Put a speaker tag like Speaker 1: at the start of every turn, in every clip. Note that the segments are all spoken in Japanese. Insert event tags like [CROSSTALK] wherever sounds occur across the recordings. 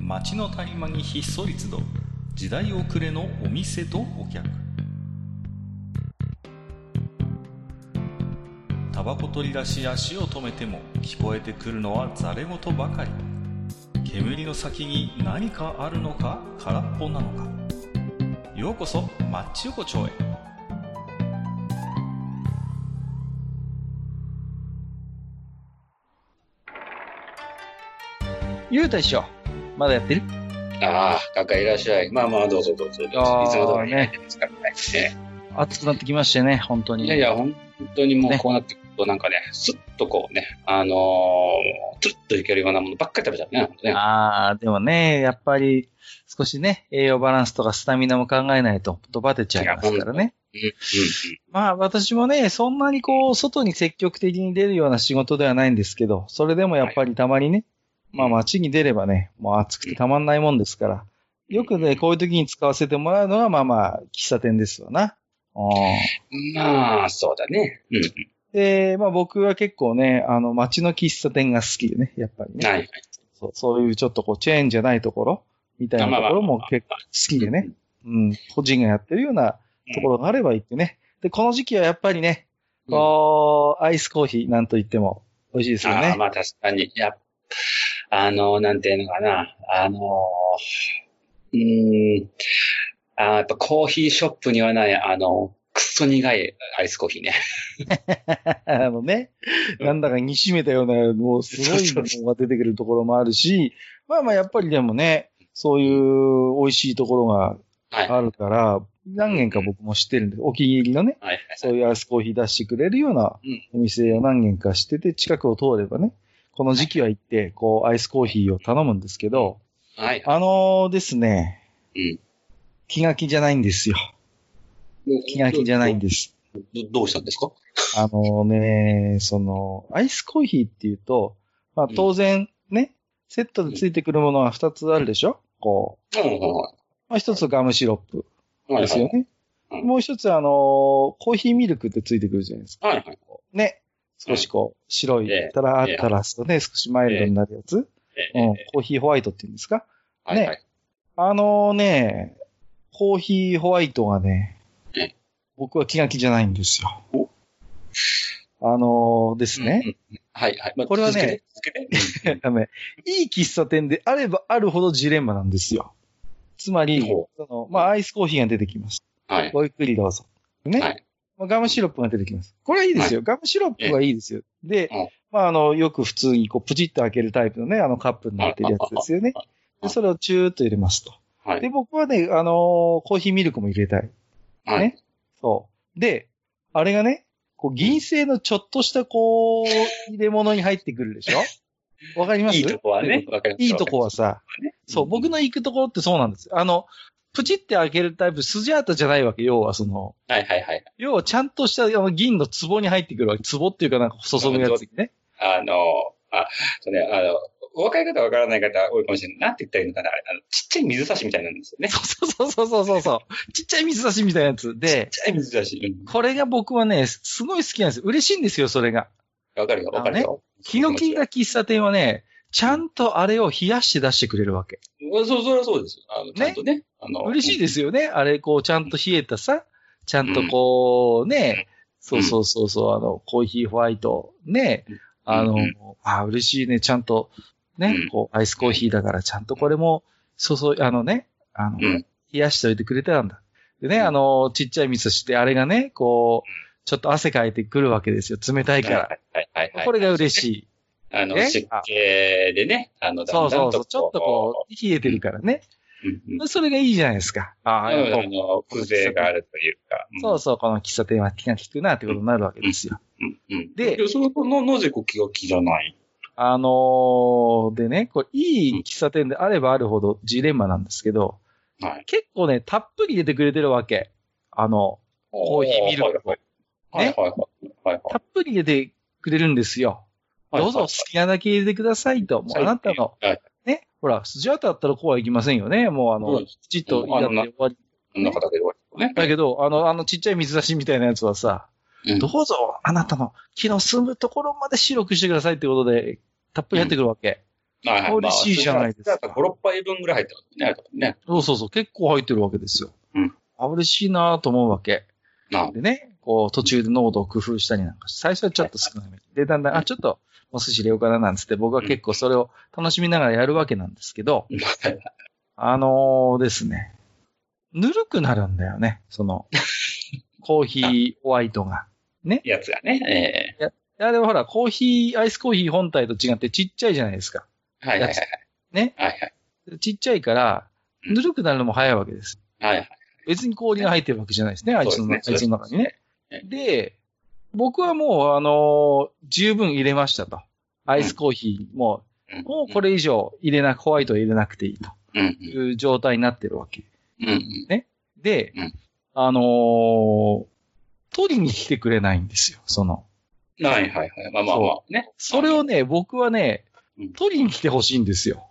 Speaker 1: 街の谷間にひっそり集う時代遅れのお店とお客タバコ取り出し足を止めても聞こえてくるのはざれ言ばかり煙の先に何かあるのか空っぽなのかようこそマッチ横丁へ
Speaker 2: ゆうた師匠、まだやってる
Speaker 3: ああ、カカいらっしゃい。まあまあ、どうぞどうぞ。いつ
Speaker 2: あー
Speaker 3: も通りやってますからね。
Speaker 2: 暑くなってきましてね、本当に。
Speaker 3: いやいや、本当にもう
Speaker 2: ね
Speaker 3: こうなってくると、なんかね、スッとこうね、あのー、つるっといけるようなものばっかり食べちゃうね。なんかね
Speaker 2: ああ、でもね、やっぱり、少しね、栄養バランスとかスタミナも考えないと、飛ばてちゃいますからね。
Speaker 3: うんうん
Speaker 2: まあ、私もね、そんなにこう、外に積極的に出るような仕事ではないんですけど、それでもやっぱりたまにね、まあ街に出ればね、もう暑くてたまんないもんですから、よくね、こういう時に使わせてもらうのは、まあまあ、喫茶店ですわな。うん
Speaker 3: うんまあ、そうだね。うんう
Speaker 2: で、まあ僕は結構ね、あの、街の喫茶店が好きでね、やっぱり
Speaker 3: ん。
Speaker 2: ね。
Speaker 3: はい。
Speaker 2: そうそういうちょっとこう、チェーンじゃないところ、みたいなところも結構好きでね、うん、個人がやってるようなところがあればいいってね。で、この時期はやっぱりね、
Speaker 3: うん。あ
Speaker 2: こう、アイスコーヒーなんと言っても美味しいですよ
Speaker 3: あ、
Speaker 2: ね。
Speaker 3: まあ確かに。いや、あのー、なんていうのかな。あのー、うーん。あーやっぱコーヒーショップにはない、あのー、くっそ苦いアイスコーヒーね。
Speaker 2: [LAUGHS] あのね、
Speaker 3: うん
Speaker 2: なんだか煮しめたような、もうすごい
Speaker 3: そうそうそ
Speaker 2: ものが出てくるところもあるし、まあまあやっぱりでもね、そういう美味しいところが
Speaker 3: はい。
Speaker 2: あるから、何軒か僕も知ってるんで、お気に入りのね、
Speaker 3: はい。
Speaker 2: そういうアイスコーヒー出してくれるような
Speaker 3: うん
Speaker 2: お店を何軒か知ってて、近くを通ればね、この時期は行って、こう、アイスコーヒーを頼むんですけど、
Speaker 3: はい。
Speaker 2: あのーですね、
Speaker 3: うん
Speaker 2: 気が気じゃないんですよ。気が気じゃないんです。
Speaker 3: どどうしたんですか
Speaker 2: あのね、その、アイスコーヒーっていうと、まあ
Speaker 3: うん
Speaker 2: 当然ね、セットでついてくるものは2つあるでしょこ
Speaker 3: うんうんうんは
Speaker 2: う。まあ1つガムシロップ
Speaker 3: いはい。
Speaker 2: ですよね。
Speaker 3: うん
Speaker 2: もう1つあのーコーヒーミルクってついてくるじゃないですか。
Speaker 3: はいはい。
Speaker 2: ね。少しこう、白い
Speaker 3: ええ、
Speaker 2: たらあったらすとね、少しマイルドになるやつ。
Speaker 3: ええ
Speaker 2: うん、コーヒーホワイトって言うんですか
Speaker 3: はいはい。
Speaker 2: あのね、コーヒーホワイトがね
Speaker 3: ええ、
Speaker 2: 僕は気が気じゃないんですよ
Speaker 3: お。
Speaker 2: あのですね、
Speaker 3: うんうん。はいはい。まあ
Speaker 2: これはね、
Speaker 3: 続けて続けて
Speaker 2: [LAUGHS] あのねいい喫茶店であればあるほどジレンマなんですよ。つまり、
Speaker 3: ほ
Speaker 2: そのまあ、アイスコーヒーが出てきます。
Speaker 3: はい。
Speaker 2: ごゆっくりどうぞ。ね。
Speaker 3: はい
Speaker 2: まあガムシロップが出てきます。これはいいですよ。ガムシロップはいいですよ。で
Speaker 3: うん、
Speaker 2: まあ、あの、よく普通にこう、プチッと開けるタイプのね、あのカップになってるやつですよね
Speaker 3: うんう
Speaker 2: で、
Speaker 3: ん。
Speaker 2: それをチューっと入れますと。
Speaker 3: は
Speaker 2: で、
Speaker 3: い。
Speaker 2: 僕はね、あのーコーヒーミルクも入れたい。
Speaker 3: はい。
Speaker 2: ねそう。で、あれがね、こう、銀製のちょっとした、こう、入れ物に入ってくるでしょわかります
Speaker 3: いいとこはね。わかります
Speaker 2: いいとこはさ、そう、僕、の行くところってそうなんですよ。あの、プチって開けるタイプ、筋アートじゃないわけ、要はその、
Speaker 3: はいはいはい。
Speaker 2: 要はちゃんとしたあの銀の壺に入ってくるわけ。壺っていうかなんか注ぐやつにね。
Speaker 3: あの、あ、そうね、あの、お若い方わからない方多いかもしれない。なんて言ったらいいのかなあれあの、ちっちゃい水差しみたいなんですよね。ちっ
Speaker 2: そうそうそうそうそうそう。ちっちゃい水差しみたいなやつで、
Speaker 3: ちゃい水差し。うん
Speaker 2: これが僕はね、すごい好きなんですよ。嬉しいんですよ、それが。
Speaker 3: わかるよ、わかるよ。
Speaker 2: 気の利いた喫茶店はね、ちゃんとあれを冷やして出してくれるわけ。
Speaker 3: うんそう、それはそうですよ。あの、ちゃんとね。あの、
Speaker 2: 嬉しい
Speaker 3: で
Speaker 2: ですよね。あれ、こう、ちゃんと冷えたさ、ちゃんとこう、ね、そうそうそうそう、あの、コーヒーホワイト、ね
Speaker 3: うん、
Speaker 2: あの
Speaker 3: うん、
Speaker 2: あ、嬉しいね、ちゃんと、
Speaker 3: う
Speaker 2: ね
Speaker 3: ん、
Speaker 2: こう、アイスコーヒーだから、ちゃんとこれも、注い、あのね、あの、
Speaker 3: う
Speaker 2: 冷
Speaker 3: ん
Speaker 2: やしておいてくれてたんだ。でね、
Speaker 3: うん
Speaker 2: あの、ちっちゃい味噌して、あれがね、こう、ちょっと汗かいてくるわけですよ。冷たい
Speaker 3: は
Speaker 2: か
Speaker 3: いはいはいは
Speaker 2: ら。
Speaker 3: い。
Speaker 2: これが嬉しい。
Speaker 3: あの、
Speaker 2: ね
Speaker 3: 湿気でね、あの、
Speaker 2: そ
Speaker 3: だ
Speaker 2: うん
Speaker 3: だ
Speaker 2: そ
Speaker 3: ん
Speaker 2: うそう。ちょっとこう、冷えてるからね。
Speaker 3: う、うんうん
Speaker 2: それがいいじゃないですか。ああ、やっぱ
Speaker 3: あの、風情があるというか。
Speaker 2: そうそう、この喫茶店は気が利くなってことになるわけですよ。
Speaker 3: うん。うんうん、
Speaker 2: で
Speaker 3: で、その、の、なぜこう気が気じゃない
Speaker 2: あのー、でね、これ、いい喫茶店であればあるほどジレンマなんですけど、
Speaker 3: はい。
Speaker 2: 結構ね、たっぷり入れてくれてるわけ。あの、コーヒーミルクを
Speaker 3: はい
Speaker 2: ね
Speaker 3: はいはい。はい
Speaker 2: たっぷり入れてくれるんですよ。
Speaker 3: はい。
Speaker 2: どうぞ好きなだけ入れてくださいと。もうあなたの、
Speaker 3: はい。
Speaker 2: ね、ほら、筋当たったらこうはいきませんよね。もうあ
Speaker 3: う
Speaker 2: の、
Speaker 3: ん
Speaker 2: きちっと入れて終わり。
Speaker 3: こんな方で終わりね。
Speaker 2: だけど、あの、あのちっちゃい水差しみたいなやつはさ、
Speaker 3: うん
Speaker 2: どうぞ、あなたの気の済むところまで白くしてくださいってことで、たっぷりやってくるわけ。
Speaker 3: まあ、
Speaker 2: これ C じゃないですか
Speaker 3: まあ5、6杯分ぐらい入ってますね、あれだとね。
Speaker 2: そうそうそう、結構入ってるわけですよ。
Speaker 3: うん。
Speaker 2: あ、嬉しいなと思うわけ。
Speaker 3: なあ
Speaker 2: でね、こう、途中で濃度を工夫したりなんかして、最初はちょっと少なめに。で、だんだん、あ、ちょっと、お寿司入れようかななんつって、僕は結構それを楽しみながらやるわけなんですけど、あのーですね、ぬるくなるんだよね、そ
Speaker 3: [LAUGHS]
Speaker 2: の、コーヒーホワイトが。
Speaker 3: やつがね、
Speaker 2: いや、でもほら、コーヒー、アイスコーヒー本体と違ってちっちゃいじゃないですか。
Speaker 3: えーはいはいはい。
Speaker 2: ね。
Speaker 3: はいはい。
Speaker 2: ちっちゃいから、
Speaker 3: うん
Speaker 2: ぬるくなるのも早いわけです。
Speaker 3: はいはい。
Speaker 2: 別に氷が入ってるわけじゃないですね、あいつの
Speaker 3: そうですね
Speaker 2: あいつの中にね
Speaker 3: そうで。
Speaker 2: で、僕はもう、あのー十分入れましたと。アイスコーヒーも、
Speaker 3: うん
Speaker 2: もうこれ以上入れなく、ホワイトを入れなくていいと
Speaker 3: うん
Speaker 2: い
Speaker 3: うん
Speaker 2: う状態になってるわけ。
Speaker 3: うんうん。
Speaker 2: で
Speaker 3: うん、
Speaker 2: あのー取りに来てくれないんですよ、その。
Speaker 3: はいはいはい。まあまあまあね。
Speaker 2: それをね、僕はね
Speaker 3: うん、
Speaker 2: 取りに来てほしいんですよ。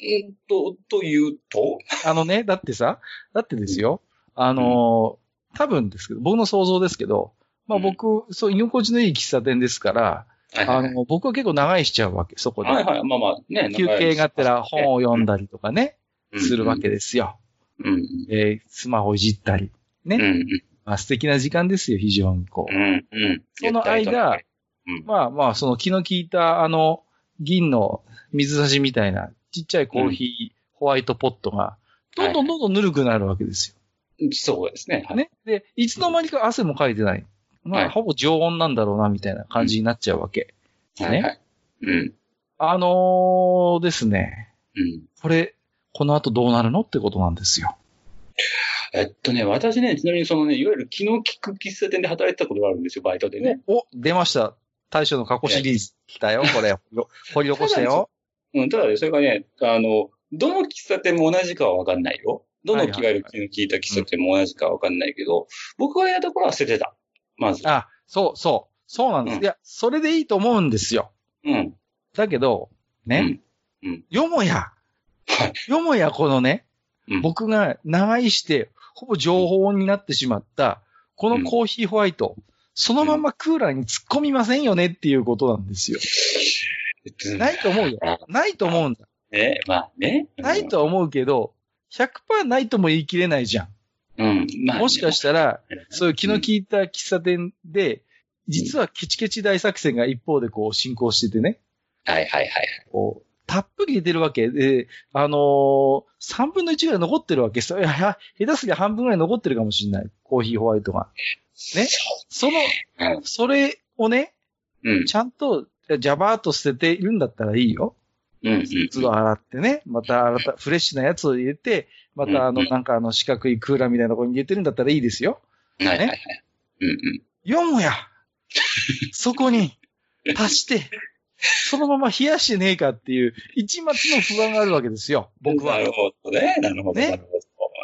Speaker 3: うんと、というと、
Speaker 2: あのね、だってさ、だってですよ、あのー多分ですけど、僕の想像ですけど、まあ
Speaker 3: うん
Speaker 2: 僕、そう、居心地のいい喫茶店ですから、
Speaker 3: はい
Speaker 2: あ
Speaker 3: はい
Speaker 2: の、僕は結構長いしちゃうわけ、そこで。
Speaker 3: はいはい。まあまあね。
Speaker 2: 休憩があったら本を読ん
Speaker 3: だ
Speaker 2: だりとかね、するわ。けですよ。
Speaker 3: うんうん。
Speaker 2: えースマホいじったり。
Speaker 3: うん
Speaker 2: ね。まあ素敵な時間ですよ、非常にこ
Speaker 3: う
Speaker 2: う。
Speaker 3: んうん。
Speaker 2: その間、
Speaker 3: うん
Speaker 2: まあまあ、その気の利いた、あの、銀の水差しみたいな、ちっちゃいコーヒー、ホワイトポットが、どんどんどんどんぬるくなるわけですよ。
Speaker 3: そうですね。はい。
Speaker 2: ね。で、いつの間にか汗もかいてない。ま
Speaker 3: はい
Speaker 2: あ、ほぼ常温なんだろうな、みたいな感じになっちゃうわけ。
Speaker 3: はいはい。うん。
Speaker 2: あのーですね。
Speaker 3: うん。
Speaker 2: これ、この後どうなるのってことなんですよ。
Speaker 3: えっとね、私ね、ちなみにそのね、いわゆる気の利く喫茶店で働いてたことがあるんですよ、バイトでね。
Speaker 2: お、出ました。大将の過去シリーズ。来たよ、これ。よ掘り起こした
Speaker 3: [LAUGHS]
Speaker 2: よ。
Speaker 3: うん、ただね、それがね、あの、どの喫茶店も同じかはわかんないよ。どの
Speaker 2: はい
Speaker 3: い
Speaker 2: はい
Speaker 3: わゆる気の利いた喫茶店も同じかはわかんないけど、僕がやった頃は捨ててた。まず。
Speaker 2: あ、そう、そう。そうなんです。
Speaker 3: うん
Speaker 2: いや、それでいいと思うんですよ。
Speaker 3: うん。
Speaker 2: だけど、ね。
Speaker 3: うんうん
Speaker 2: よもや、
Speaker 3: はい。
Speaker 2: よもやこのね、
Speaker 3: うん
Speaker 2: 僕が長居して、ほぼ情報になってしまった、このコーヒーホワイト、そのままクーラーに突っ込みませんよねっていうことなんですよ。
Speaker 3: えっとね
Speaker 2: ないと思うよ。ないと思うんだ。
Speaker 3: ね、まあね。うん
Speaker 2: ない。とは思うけど、100%ないとも言い切れないじゃん。
Speaker 3: うん。まあね、
Speaker 2: もしかしたら、そういう気の
Speaker 3: い
Speaker 2: 利いた喫茶店で、実はケチケチ大作戦が一方でこう進行しててね、
Speaker 3: はいはいはい。
Speaker 2: こう、たっぷり入れてるわけで、あのー、3分の1ぐらい残ってるわけ。そいやいや下手すぎゃ半分ぐらい残ってるかもしれない。コーヒーホワイトが。ね
Speaker 3: そ
Speaker 2: その、
Speaker 3: う
Speaker 2: それをね、
Speaker 3: うん。
Speaker 2: ちゃんと、ジャバーっと捨てているんだったらいいよ。
Speaker 3: うん。うん。
Speaker 2: 都度洗ってね、また新た、フレッシュなやつを入れて、またあ
Speaker 3: う
Speaker 2: の、
Speaker 3: ん
Speaker 2: なんかあの四角いクーラーみたいなとこに入れてるんだったらいいですよ。
Speaker 3: はいはいはい。うんうん。
Speaker 2: よもや、そこに足して、そのまま冷やしてねえかっていう、一末の不安があるわけですよ、僕は
Speaker 3: な。るほどね。なるほど。
Speaker 2: ね
Speaker 3: なるほど。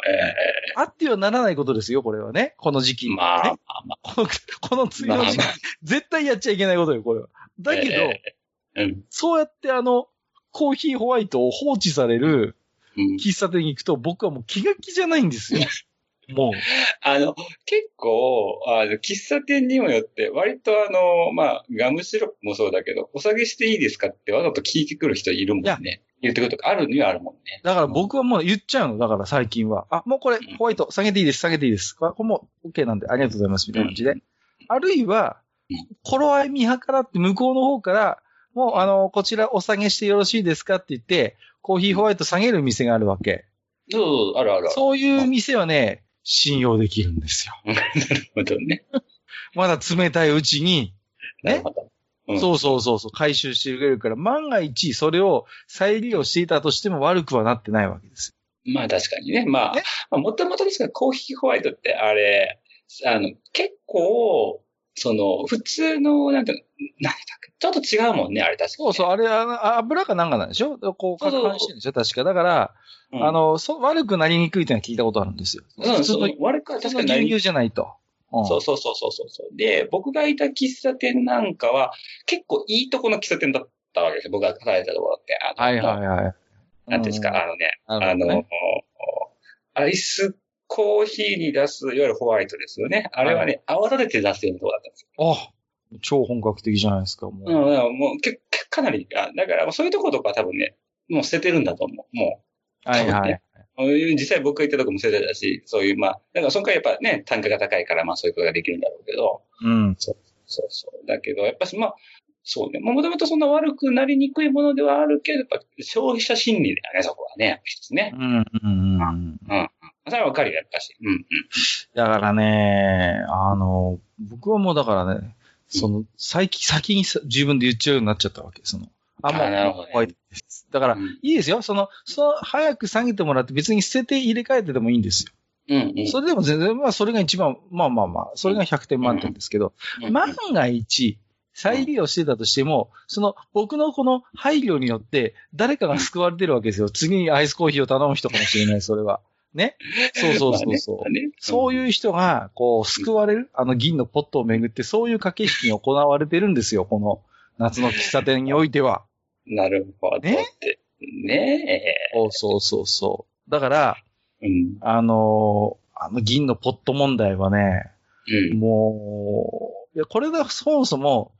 Speaker 3: え
Speaker 2: あってはならないことですよ、これはね。この時期
Speaker 3: え
Speaker 2: にね、
Speaker 3: まあ、
Speaker 2: [LAUGHS] この、この次の時期、
Speaker 3: まあ
Speaker 2: 絶対やっちゃいけないことよ、これは。だけど、
Speaker 3: えうん。
Speaker 2: そうやってあの、コーヒーホワイトを放置される
Speaker 3: うん
Speaker 2: 喫茶店に行くと、僕はもう気が気じゃないんですよ。もう。
Speaker 3: あの、結構、あの、喫茶店にもよって、割とあの、まあ、ガムシロップもそうだけど、お下げしていいですかってわざと聞いてくる人いるもんね。言ってくるとかあるにはあるもんね。
Speaker 2: だから僕はもう言っちゃうの。だから最近は。あ、もうこれ
Speaker 3: うん、
Speaker 2: ホワイト、下げていいです、下げていいです。これもう OK なんで、ありがとうございます、みたいな感じで。あるいは
Speaker 3: うん、
Speaker 2: 頃合い見計らって向こうの方から、もうあの、こちらお下げしてよろしいですかって言って、コーヒーホワイト下げる店があるわけ。
Speaker 3: そうそうそう、あるあるある。
Speaker 2: そういう店はね、信用できるんですよ。
Speaker 3: なるほどね。
Speaker 2: まだ冷たいうちに、
Speaker 3: なるほど。うん
Speaker 2: そうそうそうそう、回収してくれるから、万が一それを再利用していたとしても悪くはなってないわけですよ。
Speaker 3: まあ確かにね。まあ
Speaker 2: ね、
Speaker 3: まあ、もともとですからコーヒーホワイトってあれ、あの、結構、その、普通の、なんていうの、なんだっけ、ちょっと違うもんね、あれ確かに。
Speaker 2: そうそう、あれ、あのあ油かなんかなんでしょこう、
Speaker 3: そう
Speaker 2: 攪
Speaker 3: そう
Speaker 2: 拌してるんでしょ確か。だから、
Speaker 3: うん
Speaker 2: あ、の、そ悪くなりにくいというのは聞いたことあるんですよ。
Speaker 3: うん、
Speaker 2: 普通
Speaker 3: そ
Speaker 2: の
Speaker 3: う、悪くは
Speaker 2: 普通
Speaker 3: 確
Speaker 2: の
Speaker 3: かに
Speaker 2: 牛
Speaker 3: なり
Speaker 2: 乳じゃないと。うん
Speaker 3: そうそうそうそうそうそう。で、僕がいた喫茶店なんかは、結構いいとこの喫茶店だったわけですよ。僕が働いたところって。あの
Speaker 2: はいはいはい。
Speaker 3: なんていうんですか、あのね、
Speaker 2: うん、
Speaker 3: あ
Speaker 2: なるほど
Speaker 3: の
Speaker 2: ね、
Speaker 3: アイスコーヒーに出す、いわゆるホワイトですよね。あれはね、泡立てて出すようなとこだったんですよ。
Speaker 2: あ、超本格的じゃないですか、もう。
Speaker 3: うん、だからもうけ、けかなり、あだからそういうところとかは多分ね、もう捨ててるんだと思う。もう、
Speaker 2: はいはい。
Speaker 3: 実際僕が行ったとこも世代だし、そういう、まあ、だからその回やっぱね、単価が高いから、まあそういうことができるんだろうけど、
Speaker 2: うん。
Speaker 3: そうそう。だけど、やっぱし、まあ、そうね。もともとそんな悪くなりにくいものではあるけど、やっぱ消費者心理だよね、そこはね、やっぱ一つね
Speaker 2: う。ん、うん、うん。
Speaker 3: それはわかるよ、やっぱし。うんうん。
Speaker 2: だからね、あの、僕はもうだからね、その、最近、先にさ自分で言っちゃうようになっちゃったわけ。その、あんま
Speaker 3: あなるほどね
Speaker 2: 怖いです。だから、
Speaker 3: う
Speaker 2: い
Speaker 3: ん
Speaker 2: いですよ。その、その、早く下げてもらって別に捨てて入れ替えてでもいいんですよ。
Speaker 3: うんうん。
Speaker 2: それでも全然、まあ、それが一番、まあまあまあ、それが100点満点ですけど、
Speaker 3: うん
Speaker 2: 万が一、再利用してたとしても、その、僕のこの配慮によって、誰かが救われてるわけですよ。次にアイスコーヒーを頼む人かもしれない、それは。ね。そうそうそうそう。
Speaker 3: まあねまあね
Speaker 2: そういう人が、こう、救われる、あの銀のポットをめぐって、そういう駆け引きが行われてるんですよ、この夏の喫茶店においては。
Speaker 3: なるほど。
Speaker 2: ね
Speaker 3: ってね
Speaker 2: そうそうそうそう。だから、
Speaker 3: え。うん。
Speaker 2: あのーあの銀のポット問題はね、
Speaker 3: うん。
Speaker 2: もう、いや、これがそもそも、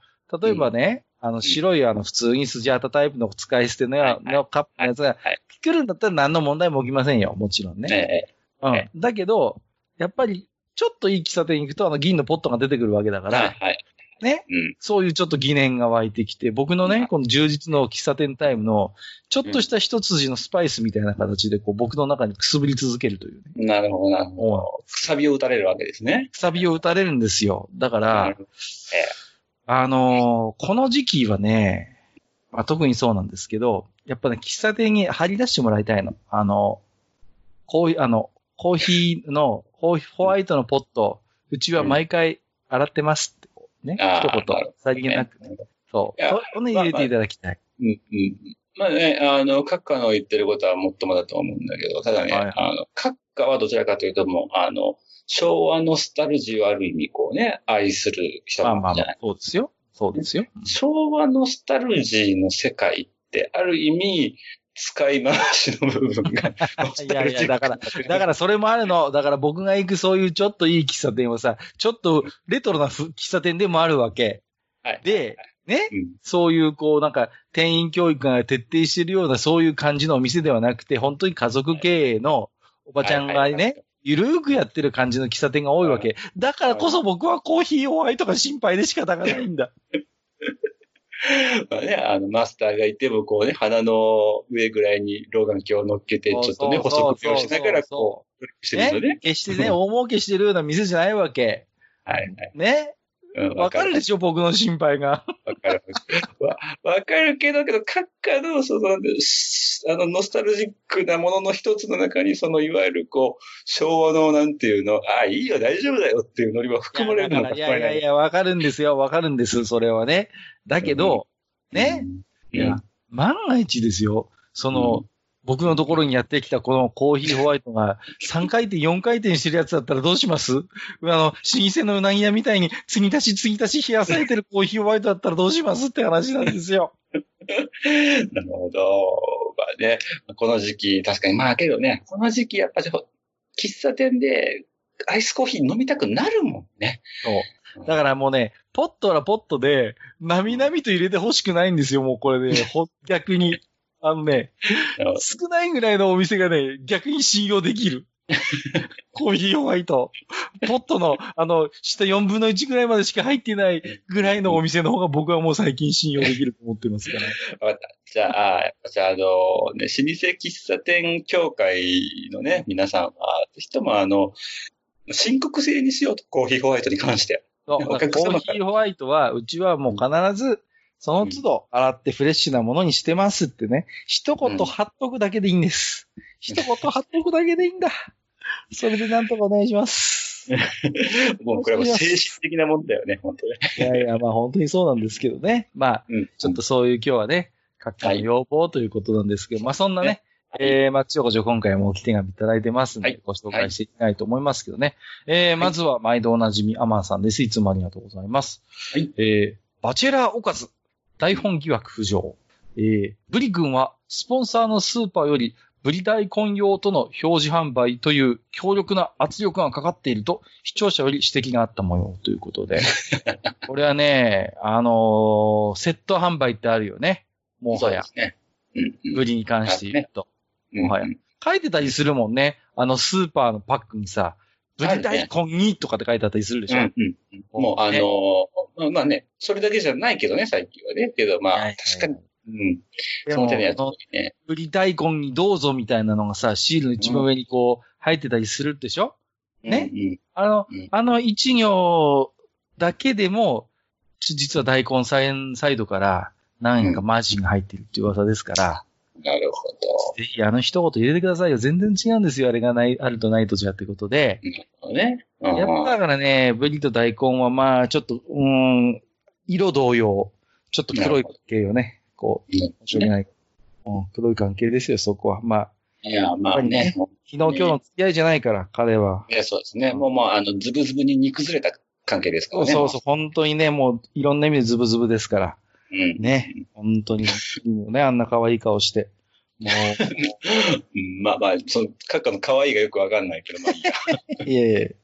Speaker 2: 例えばね、あの、白いあの、普通にスジャータタイプの使い捨てのや、
Speaker 3: はいはい
Speaker 2: のカップのやつが
Speaker 3: はい
Speaker 2: 作るんだったら何の問題も起きませんよ、もちろんね。
Speaker 3: ねえ。
Speaker 2: うん。だけど、やっぱり、ちょっといい喫茶店に行くと、あの、銀のポットが出てくるわけだか
Speaker 3: はい
Speaker 2: ら、
Speaker 3: はい。
Speaker 2: ね。
Speaker 3: うん。
Speaker 2: そういうちょっと疑念が湧いてきて、僕の
Speaker 3: うん
Speaker 2: ね、この充実の喫茶店タイムの、ちょっとした一筋のスパイスみたいな形で、こう、僕の中にくすぶり続けるというね。
Speaker 3: なるほど、なるほ
Speaker 2: お
Speaker 3: ど。くさびを打たれるわけですね。
Speaker 2: くさびを打たれるんですよ。だか
Speaker 3: な
Speaker 2: ら
Speaker 3: る、ほど
Speaker 2: あのーこの時期はね、まあ、特にそうなんですけど、やっぱね、喫茶店に張り出してもらいたいの。あの、コーヒー、あの、コーヒーの、ホホワイトのポット、うちは毎回洗ってますって、こうね、
Speaker 3: あー
Speaker 2: 一
Speaker 3: なる
Speaker 2: 言、さりげなく、
Speaker 3: ね
Speaker 2: そう、
Speaker 3: いや
Speaker 2: ここれをね
Speaker 3: まあ
Speaker 2: 入れていただきたい。
Speaker 3: うんうん。まあね、あの、閣下の言ってることはもっともだと思うんだけど、ただね、
Speaker 2: はいはい
Speaker 3: あの、閣下はどちらかというともう、あの、昭和ノスタルジーをある意味こうね、愛する人
Speaker 2: ま
Speaker 3: な
Speaker 2: あまあ
Speaker 3: んじ
Speaker 2: ま
Speaker 3: ゃない
Speaker 2: あ、そうですよ。そうですよ。
Speaker 3: 昭和ノスタルジーの世界って、ある意味、使い回しの部
Speaker 2: [LAUGHS]
Speaker 3: 分が、ノスタルジー
Speaker 2: いやいやだ
Speaker 3: [LAUGHS]
Speaker 2: からだからそれもあるの。だから僕が行くそういうちょっといい喫茶店はさ、ちょっとレトロなふ喫茶店でもあるわけ。
Speaker 3: はい、
Speaker 2: で、ね、
Speaker 3: うん
Speaker 2: そういうこうなんか店員教育が徹底してるようなそういう感じのお店ではなくて、本当に家族経営のおばちゃんが
Speaker 3: は
Speaker 2: ね、
Speaker 3: いはいはい
Speaker 2: ゆるーくやってる感じの喫茶店が多いわけ。だからこそ僕はコーヒー弱いとか心配で仕方がないんだ。
Speaker 3: [LAUGHS] まあね、あの、マスターがいても、こうね、鼻の上ぐらいに老眼鏡を乗っけて、ちょっとね、
Speaker 2: そ
Speaker 3: 補
Speaker 2: うそう
Speaker 3: 足をしながら、こ、
Speaker 2: そう
Speaker 3: トリックしてるんですよね。
Speaker 2: 決してね、大儲けしてるような店じゃないわけ。
Speaker 3: はいはい。
Speaker 2: ね。
Speaker 3: うん
Speaker 2: わかるでしょ、僕の心配が。
Speaker 3: わかる。わ、わかるけど、けど、閣下の、その、しあの、ノスタルジックなものの一つの中に、その、いわゆる、こう、昭和の、なんていうの、ああ、いいよ、大丈夫だよっていうノリは含まれるのか、
Speaker 2: いやいやいや、わかるんですよ、わかるんです、それはね。だけど、ね、
Speaker 3: う
Speaker 2: い
Speaker 3: ん。
Speaker 2: や万が一ですよ、その、僕のところにやってきたこのコーヒーホワイトが3回転、4回転してるやつだったらどうしますあの、老舗のうなぎ屋みたいに継ぎ足し継ぎ足し冷やされてるコーヒーホワイトだったらどうしますって話なんですよ。
Speaker 3: なるほど。まあね、この時期、確かに、まあけどね、この時期、やっぱちょっと、喫茶店で、アイスコーヒー飲みたくなるもんね。
Speaker 2: そう。だからもうね、ポットはポットで、なみなみと入れてほしくないんですよ、もうこれで、ほ、逆に。あのね、少ないぐらいのお店がね、逆に信用でき
Speaker 3: [LAUGHS]
Speaker 2: る。コーヒーホワイト。ポットの、あの、下4分の1ぐらいまでしか入ってないぐらいのお店の方が僕はもう最近信用できると思ってますから。
Speaker 3: じゃあ、あやっぱじゃあ、あの、ね、老舗喫茶店協会のね、皆さんは、ぜひともあの、申告制にしようと、コーヒーホワイトに関して。
Speaker 2: そう
Speaker 3: [LAUGHS] お
Speaker 2: コ
Speaker 3: 客様か
Speaker 2: ー
Speaker 3: ら
Speaker 2: ヒーホワイトは、うちはもう必ず、その都度洗ってフレッシュなものにしてますってね。一言
Speaker 3: うん
Speaker 2: 貼っとくだけでいいんです。一言貼っとくだけでいいん
Speaker 3: [LAUGHS]
Speaker 2: だ。それでなんとかお願いします。い
Speaker 3: もうこれは [LAUGHS] もう精神的なもんだよね、本当ね。
Speaker 2: やいや、まあ本当にそうなんですけどね。まあ、
Speaker 3: うん。
Speaker 2: ちょっとそういう今日はね、各界の要望ということなんですけど、まあそんなね、
Speaker 3: はい、
Speaker 2: えー、まあ、ちょこちょ今回もおき手紙いただいてますので、
Speaker 3: はい
Speaker 2: ご紹介していきたいと思いますけどね。えー、まずは毎度おなじみ、アマンさんです。いつもありがとうございます。
Speaker 3: はい。
Speaker 2: えー、バチェラーおかず、台本疑惑浮上。えー、ブリ君は、スポンサーのスーパーより、ブリ大根用との表示販売という強力な圧力がかかっていると、視聴者より指摘があった模様ということ
Speaker 3: [LAUGHS]
Speaker 2: で。これはね、あのーセット販売ってあるよね。も
Speaker 3: そ
Speaker 2: は
Speaker 3: う
Speaker 2: や
Speaker 3: で。すね。うんうん。
Speaker 2: ブリに関して言うと。
Speaker 3: うんうん
Speaker 2: もはや書いてたりするもんね。あの、スーパーのパックにさ、ブリ大根にとかって書いてあったりするでし
Speaker 3: う
Speaker 2: ょ。
Speaker 3: んうんうんもう、あ
Speaker 2: ね
Speaker 3: のー、まあね、それだけじゃないけどね、最近はね。けど、ま
Speaker 2: は
Speaker 3: あ
Speaker 2: い、
Speaker 3: 確かに、うん。
Speaker 2: で
Speaker 3: そ
Speaker 2: も、
Speaker 3: の手のやつ
Speaker 2: あの
Speaker 3: ね。
Speaker 2: ブリ大根にどうぞみたいなのがさ、シールの一番上にこう、入ってたりするでしょね
Speaker 3: うん
Speaker 2: あの、
Speaker 3: うん
Speaker 2: あの一行だけでも、ち実は大根サインサイドから何円かマージンが入ってるっていう噂ですから、
Speaker 3: うん。なるほど。
Speaker 2: ぜひあの一言入れてくださいよ。全然違うんですよ。あれがない、あるとないとじゃってことで。
Speaker 3: ね。うん
Speaker 2: やっぱだからね、ブリと大根はまあ、ちょっと、うーん、色同様。ちょっと黒い関係よね。こ
Speaker 3: うん
Speaker 2: う、しょうがない。うん、黒い関係ですよ、そこは。まあ、
Speaker 3: いや、ま
Speaker 2: やっ
Speaker 3: あ
Speaker 2: ぱりね
Speaker 3: ね。もう
Speaker 2: 昨日今日の付き合いじゃないから、彼は。
Speaker 3: いや、そうですね。もう、もう、あの、ズブズブに煮崩れた関係ですか
Speaker 2: そ
Speaker 3: ら
Speaker 2: う
Speaker 3: ね。
Speaker 2: そうそう、本当にね、もう、いろんな意味でズブズブですから。
Speaker 3: う。うん。
Speaker 2: ね。本当に。もうね、あんな可愛い顔して。も
Speaker 3: うんまあまあ、その、カッカの可愛いがよくわかんないけど、まあいいや。
Speaker 2: う、いえいえ。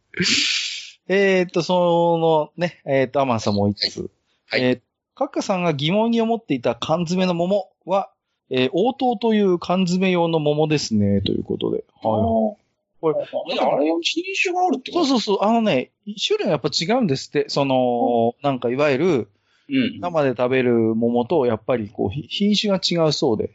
Speaker 2: えーっと、そのね、えーっと、アマンさんもう一つ。
Speaker 3: はい
Speaker 2: えーカッカさんが疑問に思っていた缶詰の桃は、えー応答という缶詰用の桃ですね、ということで。はい。これ
Speaker 3: あれ、あれ品種があるって
Speaker 2: そう
Speaker 3: う。
Speaker 2: そうそう、あのね、種類はやっぱ違うんですって。その、なんかいわゆる、
Speaker 3: うん。
Speaker 2: 生で食べる桃と、やっぱりこう、ひ品種が違うそうで。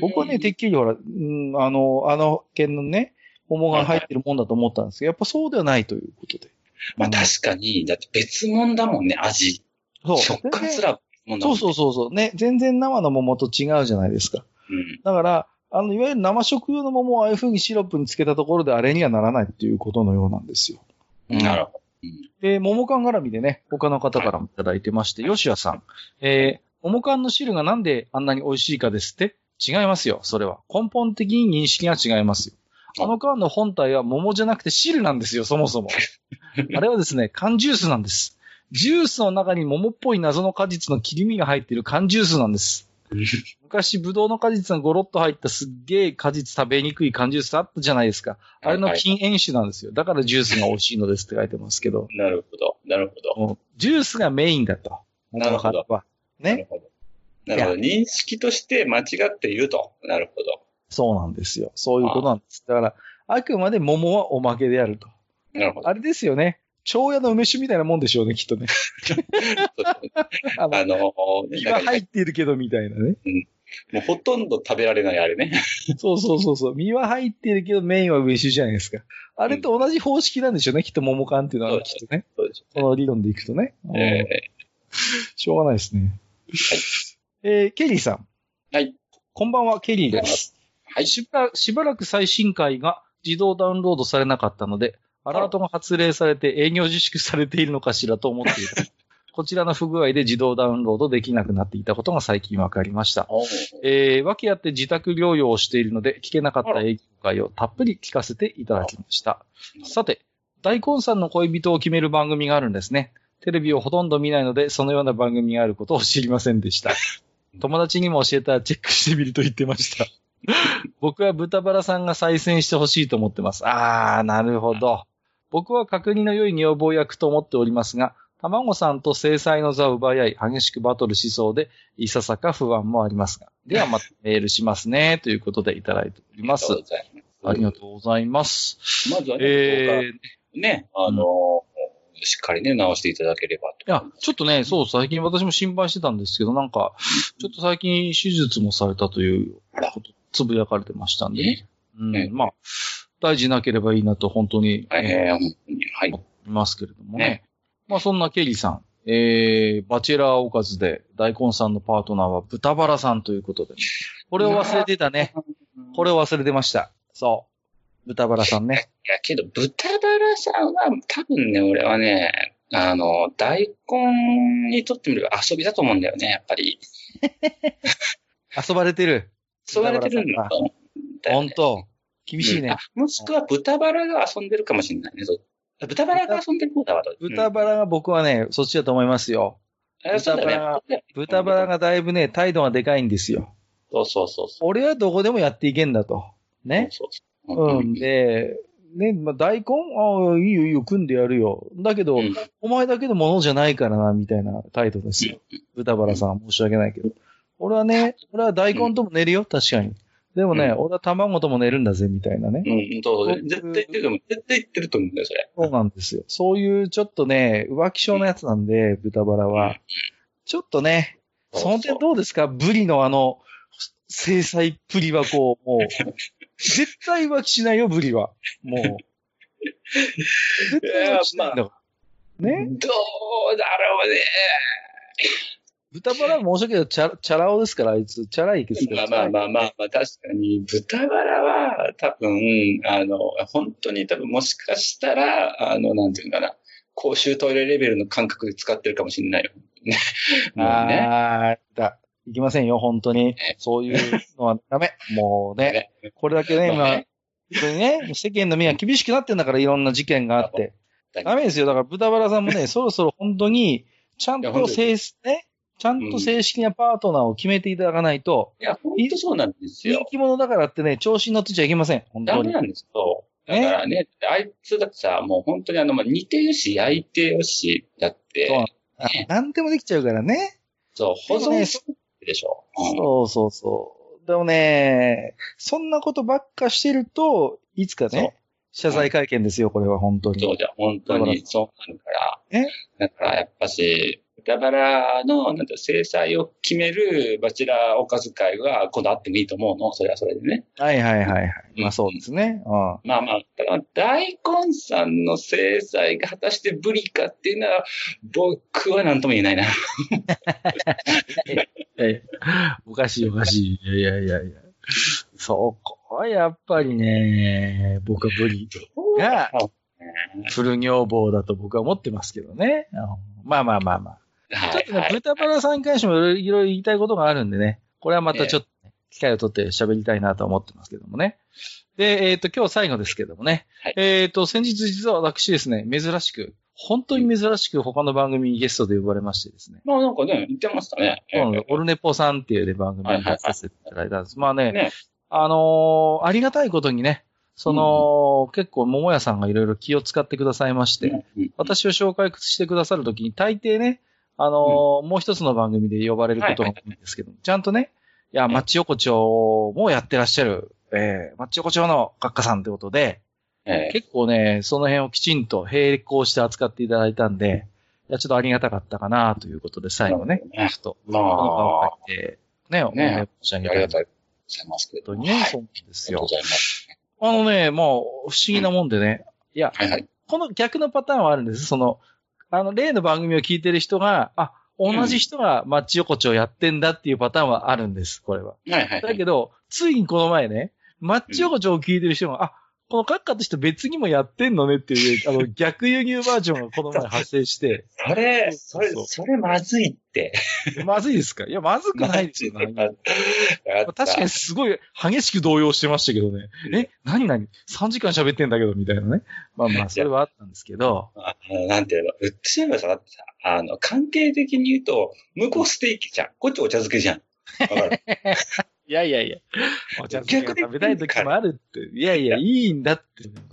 Speaker 2: 僕はね、てっきりほら、うん、あの、あの県のね、桃が入ってるもんだと思ったんですけど、やっぱそうではないということで。
Speaker 3: まあ確かに、だって別物だもんね、味。
Speaker 2: そう。
Speaker 3: 食感すら別物だ
Speaker 2: そう
Speaker 3: もんね。
Speaker 2: そうそうそう。ね、全然生の桃と違うじゃないですか。
Speaker 3: うん。
Speaker 2: だから、あの、いわゆる生食用の桃をああいう風にシロップにつけたところであれにはならないっていうことのようなんですよ。
Speaker 3: なるほど。
Speaker 2: で、桃缶絡みでね、他の方からもいただいてまして、吉谷さん、えー、桃缶の汁がなんであんなに美味しいかですって違いますよ、それは。根本的に認識が違いますよ。あの缶の本体は桃じゃなくて汁なんですよ、そもそ [LAUGHS] も。あれはですね、缶ジュースなんです。ジュースの中に桃っぽい謎の果実の切り身が入っている缶ジュースなんです。昔、ブドウの果実がゴロッと入ったすっげえ果実食べにくい缶ジュースあったじゃないですか。あれの禁煙酒なんですよ。だからジュースが美味しいのですって書いてますけど。
Speaker 3: なるほど。なるほど。
Speaker 2: もうジュースがメインだと。
Speaker 3: なるほ
Speaker 2: 桃
Speaker 3: ど
Speaker 2: 缶は。
Speaker 3: なる
Speaker 2: ね。
Speaker 3: ほど。なるほど。認識として間違っていると。なるほど。
Speaker 2: そうなんですよ。そういうことなんです。だから、あくまで桃はおまけであると。
Speaker 3: なるほど。
Speaker 2: あれですよね。蝶屋の梅酒みたいなもんでしょうね、きっ
Speaker 3: [LAUGHS]
Speaker 2: とね。あの
Speaker 3: あのー、な
Speaker 2: 今
Speaker 3: んか
Speaker 2: 入っているけど、みたいなね。
Speaker 3: もうほとんど食べられないあれね。 [LAUGHS]
Speaker 2: そうそうそうそう。身は入っているけど、メインは梅酒じゃないですか。あれと同じ方式なんでしょうね、きっと桃缶っていうの
Speaker 3: そ
Speaker 2: は、
Speaker 3: うで
Speaker 2: き
Speaker 3: す
Speaker 2: っとね。
Speaker 3: そうでし
Speaker 2: この理論でいくとね。
Speaker 3: ょ。え
Speaker 2: しょうがないですね。えーケリーさん。
Speaker 3: ーはい。
Speaker 2: こんばんは、ケリーです。
Speaker 3: はい。
Speaker 2: しばらしばらく最新回が自動ダウンロードされなかったので、アラートが発令されて営業自粛されているのかしらと思って
Speaker 3: [LAUGHS]
Speaker 2: いた。こちらの不具合で自動ダウンロードできなくなっていたことが最近分かりました。
Speaker 3: おー
Speaker 2: えー、訳あって自宅療養をしているので、聞けなかった営業会をたっぷり聞かせていただきました。さて、大根さんの恋人を決める番組があるんですね。テレビをほとんど見ないので、そのような番組があることを知りませんでした。友達にも教えたらチェックしてみると言ってました。 [LAUGHS] 僕は豚バラさんが再選してほしいと思ってます。あー、なるほど。僕は確認の良い女房役と思っておりますが、卵さんと制裁の座を奪い合い、激しくバトルしそうで、いささか不安もありますが。では、またメールしますね。ということでいただいておりま
Speaker 3: ありがとう
Speaker 2: す
Speaker 3: ご。ざい
Speaker 2: [LAUGHS] あ
Speaker 3: ま
Speaker 2: りがとうございます。
Speaker 3: す。まずはね、
Speaker 2: えー、
Speaker 3: ね、あのー、しっかりね、直していただければ
Speaker 2: いや、ちょっとね、そう、最近私も心配してたんですけど、なんか、ちょっと最近手術もされたという
Speaker 3: あら
Speaker 2: こと、つぶやかれてましたんでね。う
Speaker 3: ええ
Speaker 2: ん、まあ、大事なければいいなと本当に、
Speaker 3: と。
Speaker 2: え
Speaker 3: えー、本当に。はい
Speaker 2: 思。いますけれどもね
Speaker 3: ね。
Speaker 2: まあ、そんなケリーさん、えー、バチェラーおかずで、大根さんのパートナーは豚バラさんということで。これを忘れてたね。これを忘れてました。そう。豚バラさんね。
Speaker 3: いや、けど、豚バラさんは、多分ね、俺はね、あの、大根にとってみれば遊びだと思うんだよね、やっぱり。
Speaker 2: 遊ばれて
Speaker 3: [LAUGHS]
Speaker 2: る。
Speaker 3: 遊ばれてるんだと思うんだよ
Speaker 2: 本
Speaker 3: ね。
Speaker 2: 当厳しい
Speaker 3: うん
Speaker 2: ね
Speaker 3: あ。もしくは豚バラが遊んでるかもしれないね。そう豚バラが遊んでる方だわ。
Speaker 2: 豚バ
Speaker 3: ラ、
Speaker 2: ラが僕はね、そっちだと思いますよ。
Speaker 3: あそうだ
Speaker 2: 豚バラ
Speaker 3: よね。
Speaker 2: 豚バラがだいぶね、態度がでかいんですよ。
Speaker 3: そうそうそうそう。
Speaker 2: 俺はどこでもやっていけんだと。ね。
Speaker 3: そうそうそう。
Speaker 2: うん。で、ね、まあ、大根ああ、いいよいいよ、組んでやるよ。だけど、
Speaker 3: うん
Speaker 2: お前だけのものじゃないからな、みたいな態度ですよ。豚バラさんは申し訳ないけど。俺はね、
Speaker 3: [LAUGHS]
Speaker 2: 俺は大根とも寝るよ、確かに。でもね、
Speaker 3: うん
Speaker 2: 俺は卵とも寝るんだぜ、みたいなね。
Speaker 3: うん、そうそう。絶対言ってると思う。絶対言ってると思うんだよ、それ。
Speaker 2: そうなんですよ。そういうちょっとね、浮気症のやつなんで、豚バラは。ちょっとね、その点どうですかブリのあの、制裁っぷりはこう、もう、絶対浮気しないよ、ブリは。もう。絶対浮気しないんだから。ね
Speaker 3: どうだろうね。
Speaker 2: 豚バラは申し訳ないけど、チャチャラ男ですから、あいつ。チャラいですから。
Speaker 3: まあまあまあまあ、まあ、確かに、豚バラは、多分、あの、本当に多分もしかしたら、あの、なんていうのかな、公衆トイレレベルの感覚で使ってるかもしれないよ。ねもうね。
Speaker 2: ああ、だ、いきませんよ、本当に
Speaker 3: ね。
Speaker 2: そういうのはダメ。もうね、これだけね、
Speaker 3: まあ
Speaker 2: 今
Speaker 3: ね、
Speaker 2: 本当にね、世間の目が厳しくなってんだから、いろんな事件があって。
Speaker 3: だけど
Speaker 2: ダメですよ。だから、豚バラさんも
Speaker 3: [LAUGHS]
Speaker 2: ね、そろそろ本当に、ちゃん
Speaker 3: いや本
Speaker 2: と
Speaker 3: 当に
Speaker 2: 正式、ね、ちゃんと正式なパートナーを決めていただかないと、
Speaker 3: いや、本当そうなんです
Speaker 2: 人
Speaker 3: よ。
Speaker 2: 気者だからってね、調子に乗ってちゃいけません。本
Speaker 3: ダ
Speaker 2: 当
Speaker 3: メ
Speaker 2: に。
Speaker 3: なんですよ。だからね、あいつだってさ、もう本当にあの、まあ、似てるし、焼いてるし、だって、
Speaker 2: そうあ
Speaker 3: ね
Speaker 2: 何でもできちゃうからね。
Speaker 3: そう、保
Speaker 2: でもね
Speaker 3: 存するでしょ。うん
Speaker 2: そうそうそう。でもね、そんなことばっかしてると、いつか
Speaker 3: そう
Speaker 2: ね、謝罪会見ですよ、これは本当に。
Speaker 3: そうじゃ、本当にそうなるから。
Speaker 2: え
Speaker 3: だからやっぱし、豚バラのなんだ制裁を決めるバチェラーおかず会は今度あってもいいと思うの、それはそれでね。
Speaker 2: はいはいはいはい。
Speaker 3: うん
Speaker 2: まあそうですね。うん。
Speaker 3: まあまあ、ただ大根さんの制裁が果たしてブリかっていうのは、僕は何とも言えないな。 [LAUGHS]
Speaker 2: おかしいおかしい。いやいやいやいや。そこはやっぱりね、僕はブリが古女房だと僕は思ってますけどね。うんまあまあまあまあ。ちょ
Speaker 3: は
Speaker 2: っ
Speaker 3: い
Speaker 2: とね
Speaker 3: は、い。
Speaker 2: 豚バラさんに関してもいろいろいろ言いたいことがあるんでね、これはまたちょっとね、機会を取って喋りたいなと思ってますけどもね。で、えっ、と、今日最後ですけどもね、
Speaker 3: はい
Speaker 2: えっ、と、先日実は私ですね、珍しく、本当に珍しく他の番組にゲストで呼ばれましてですね、
Speaker 3: まあなんかね、言ってましたね。
Speaker 2: うんオルネポさんっていうね、番組に出させていただいたんです。まあね、
Speaker 3: ね
Speaker 2: あのーありがたいことにね、その、結構桃屋さんがいろいろ気を使ってくださいまして、
Speaker 3: うん
Speaker 2: 私を紹介してくださるときに、大抵ね、あのーもう一つの番組で呼ばれることが多いんですけど、ちゃんとね、いや、
Speaker 3: ね
Speaker 2: 町横丁もやってらっしゃる、えー、町横丁の学科さんってことで、
Speaker 3: ええ
Speaker 2: 結構ね、その辺をきちんと並行して扱っていただいたんで、いや、ちょっとありがたかったかなということで、最後ね、ちょ
Speaker 3: ね
Speaker 2: っと、
Speaker 3: ま
Speaker 2: この場を
Speaker 3: あ、あ
Speaker 2: 借りて、ね、お願い申し上げ
Speaker 3: り
Speaker 2: たいこと
Speaker 3: がうございますけど。
Speaker 2: と
Speaker 3: はい
Speaker 2: にね、そうなんで
Speaker 3: あ
Speaker 2: す
Speaker 3: りがと
Speaker 2: よ
Speaker 3: うご。ざいます。
Speaker 2: あのね、もう、不思議なもんでね、いや、
Speaker 3: はいはい。
Speaker 2: この逆のパターンはあるんです。その、あの、例の番組を聞いてる人が、あ、同じ人がマッチ横丁やってんだっていうパターンはあるんです、これは。
Speaker 3: はいはいは
Speaker 2: だ
Speaker 3: い。
Speaker 2: けど、ついにこの前ね、マッチ横丁を聞いてる人が、あ、このカッカとして別にもやってんのねっていう、あの、逆輸入バージョンがこの前発生して、 [LAUGHS]
Speaker 3: それ、
Speaker 2: そそう
Speaker 3: そうれ
Speaker 2: そう、
Speaker 3: それまずいって。
Speaker 2: まずいですかいや、まずくないですよ。
Speaker 3: まず
Speaker 2: 何
Speaker 3: い
Speaker 2: も
Speaker 3: 確
Speaker 2: 確かにすごい激しく動揺してましたけどね。え、何々 ?3 時間喋ってんだけど、みたいなね。まあまあ、それはあったんですけど。
Speaker 3: あの、なんていうの、うっちゃえばさ、だってさ、あの、関係的に言うと、向こうステーキじゃん。こっちお茶漬けじゃん。
Speaker 2: [LAUGHS]
Speaker 3: わかる
Speaker 2: いやいやいや。お茶漬けが食べたい時もあるって。いやいや、いいんだって。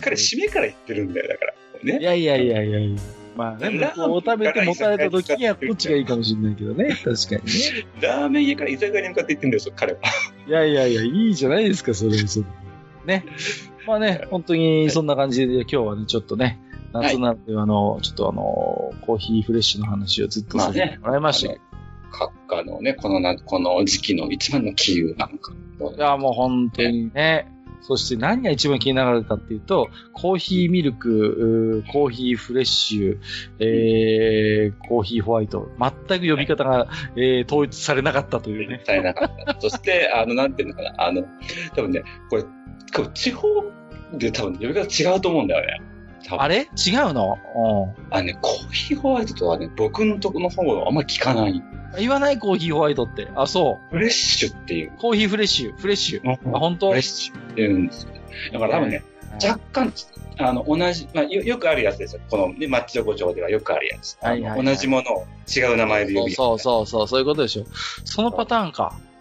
Speaker 3: 彼、締めから言ってるんだよ、だから。
Speaker 2: い
Speaker 3: ね。
Speaker 2: やいやいやいやいや。まあね、向こうを食べて持たれた時にはこっちがいいかもしれないけどね。確かにね。
Speaker 3: ラーメン家から居酒屋に向かって言ってるんだよ、そ彼は。
Speaker 2: いやいやいや、いいじゃないですか、それ。それね。まあね、本当にそんな感じで今日はね、ちょっとね、夏ならではの、ちょっとあの、コーヒーフレッシュの話をずっとさせてもらいましたけど
Speaker 3: 閣下のね、このな、この時期の一番の杞憂なのか。
Speaker 2: いや、もう本当にね。そして何が一番気になられたっていうと、コーヒーミルク、うーコーヒーフレッシュ、えー、コーヒーホワイト、全く呼び方が、えー統一されなかったというね。
Speaker 3: されなかった。そして、あの、なんていうのかな、あの、多分ね、これ、多分地方で多分呼び方違うと思うんだよね。多分
Speaker 2: あれ違うの、
Speaker 3: あのね、コーヒーホワイトとはね、僕のとこの方はあんまり聞かない。
Speaker 2: うん、言わないコーヒーホワイトって。あ、そう。
Speaker 3: フレッシュっていう。
Speaker 2: コーヒーフレッシュ、フレッシュ。あ、本当
Speaker 3: フレッシュっていうんですよ。だから多分ね、
Speaker 2: は
Speaker 3: 若干、あの、同じ、まあ、よよくあるやつですよ。この、ね、マッチ横丁ではよくあるやつ。
Speaker 2: はいはいはい
Speaker 3: あの同じものを違う名前で呼
Speaker 2: い
Speaker 3: び合
Speaker 2: そうそうそう、そういうことでしょ。そのパターンか。うん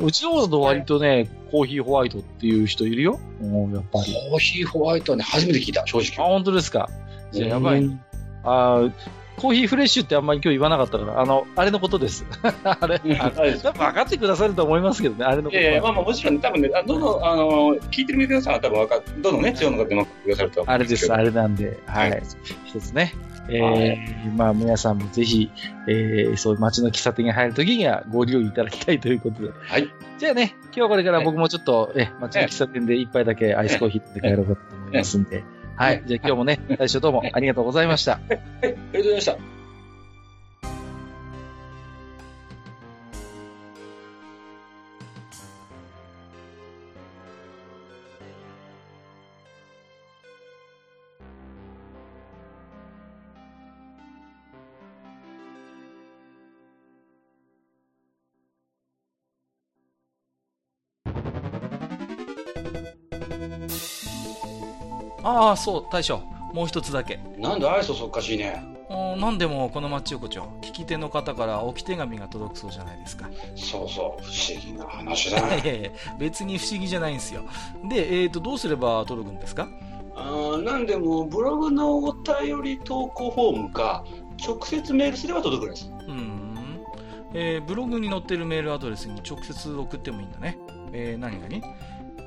Speaker 3: う
Speaker 2: うちの方だと割とね、コーヒーホワイトっていう人いるよ。うん、やっぱり。
Speaker 3: コーヒーホワイトはね、初めて聞いた、正
Speaker 2: あ、
Speaker 3: 直。
Speaker 2: 本当ですか。じゃあやばい。
Speaker 3: うん
Speaker 2: あーコーヒーフレッシュってあんまり今日言わなかったから、あの、あれのことです。 [LAUGHS] あれ、あ
Speaker 3: あれです
Speaker 2: 多分分かってくださると思いますけどね、あれのこ
Speaker 3: い
Speaker 2: と。
Speaker 3: やい [LAUGHS] や、まあまあ、もちろん、多分ね、あどの、あの、聞いてる皆さんは多分わかる、どのね、地方の方でも分かってくださると思
Speaker 2: あ
Speaker 3: うん
Speaker 2: れで
Speaker 3: け
Speaker 2: す、
Speaker 3: ど
Speaker 2: あれなんで、はい。
Speaker 3: はい
Speaker 2: 一つね。えー
Speaker 3: は
Speaker 2: まあ皆さんもぜひ、えーそういう街の喫茶店に入るときにはご留意いただきたいということで。
Speaker 3: はい。
Speaker 2: じゃあね、今日はこれから僕もちょっと、え、街の喫茶店で一杯だけアイスコーヒー飲んで帰ろうかと思いますんで。はい。じゃあ今日もね、最初どうもありがとうございました。
Speaker 3: はい、ありがとうございました。
Speaker 1: ああそう大将もう一つだけ
Speaker 3: なんでアイスそっかしいね。
Speaker 1: 何でもこの町横丁聞き手の方から置き手紙が届くそうじゃないですか
Speaker 3: そうそう、不思議な話
Speaker 1: い。やいや別に不思議じゃないんですよで、えー、とどうすれば届くんですか
Speaker 3: あーなんでも、ブログのお便り投稿フォームか、直接メールすれば届くんです。
Speaker 1: うーん、えーブログに載ってるメールアドレスに直接送ってもいいんだね。えー、何何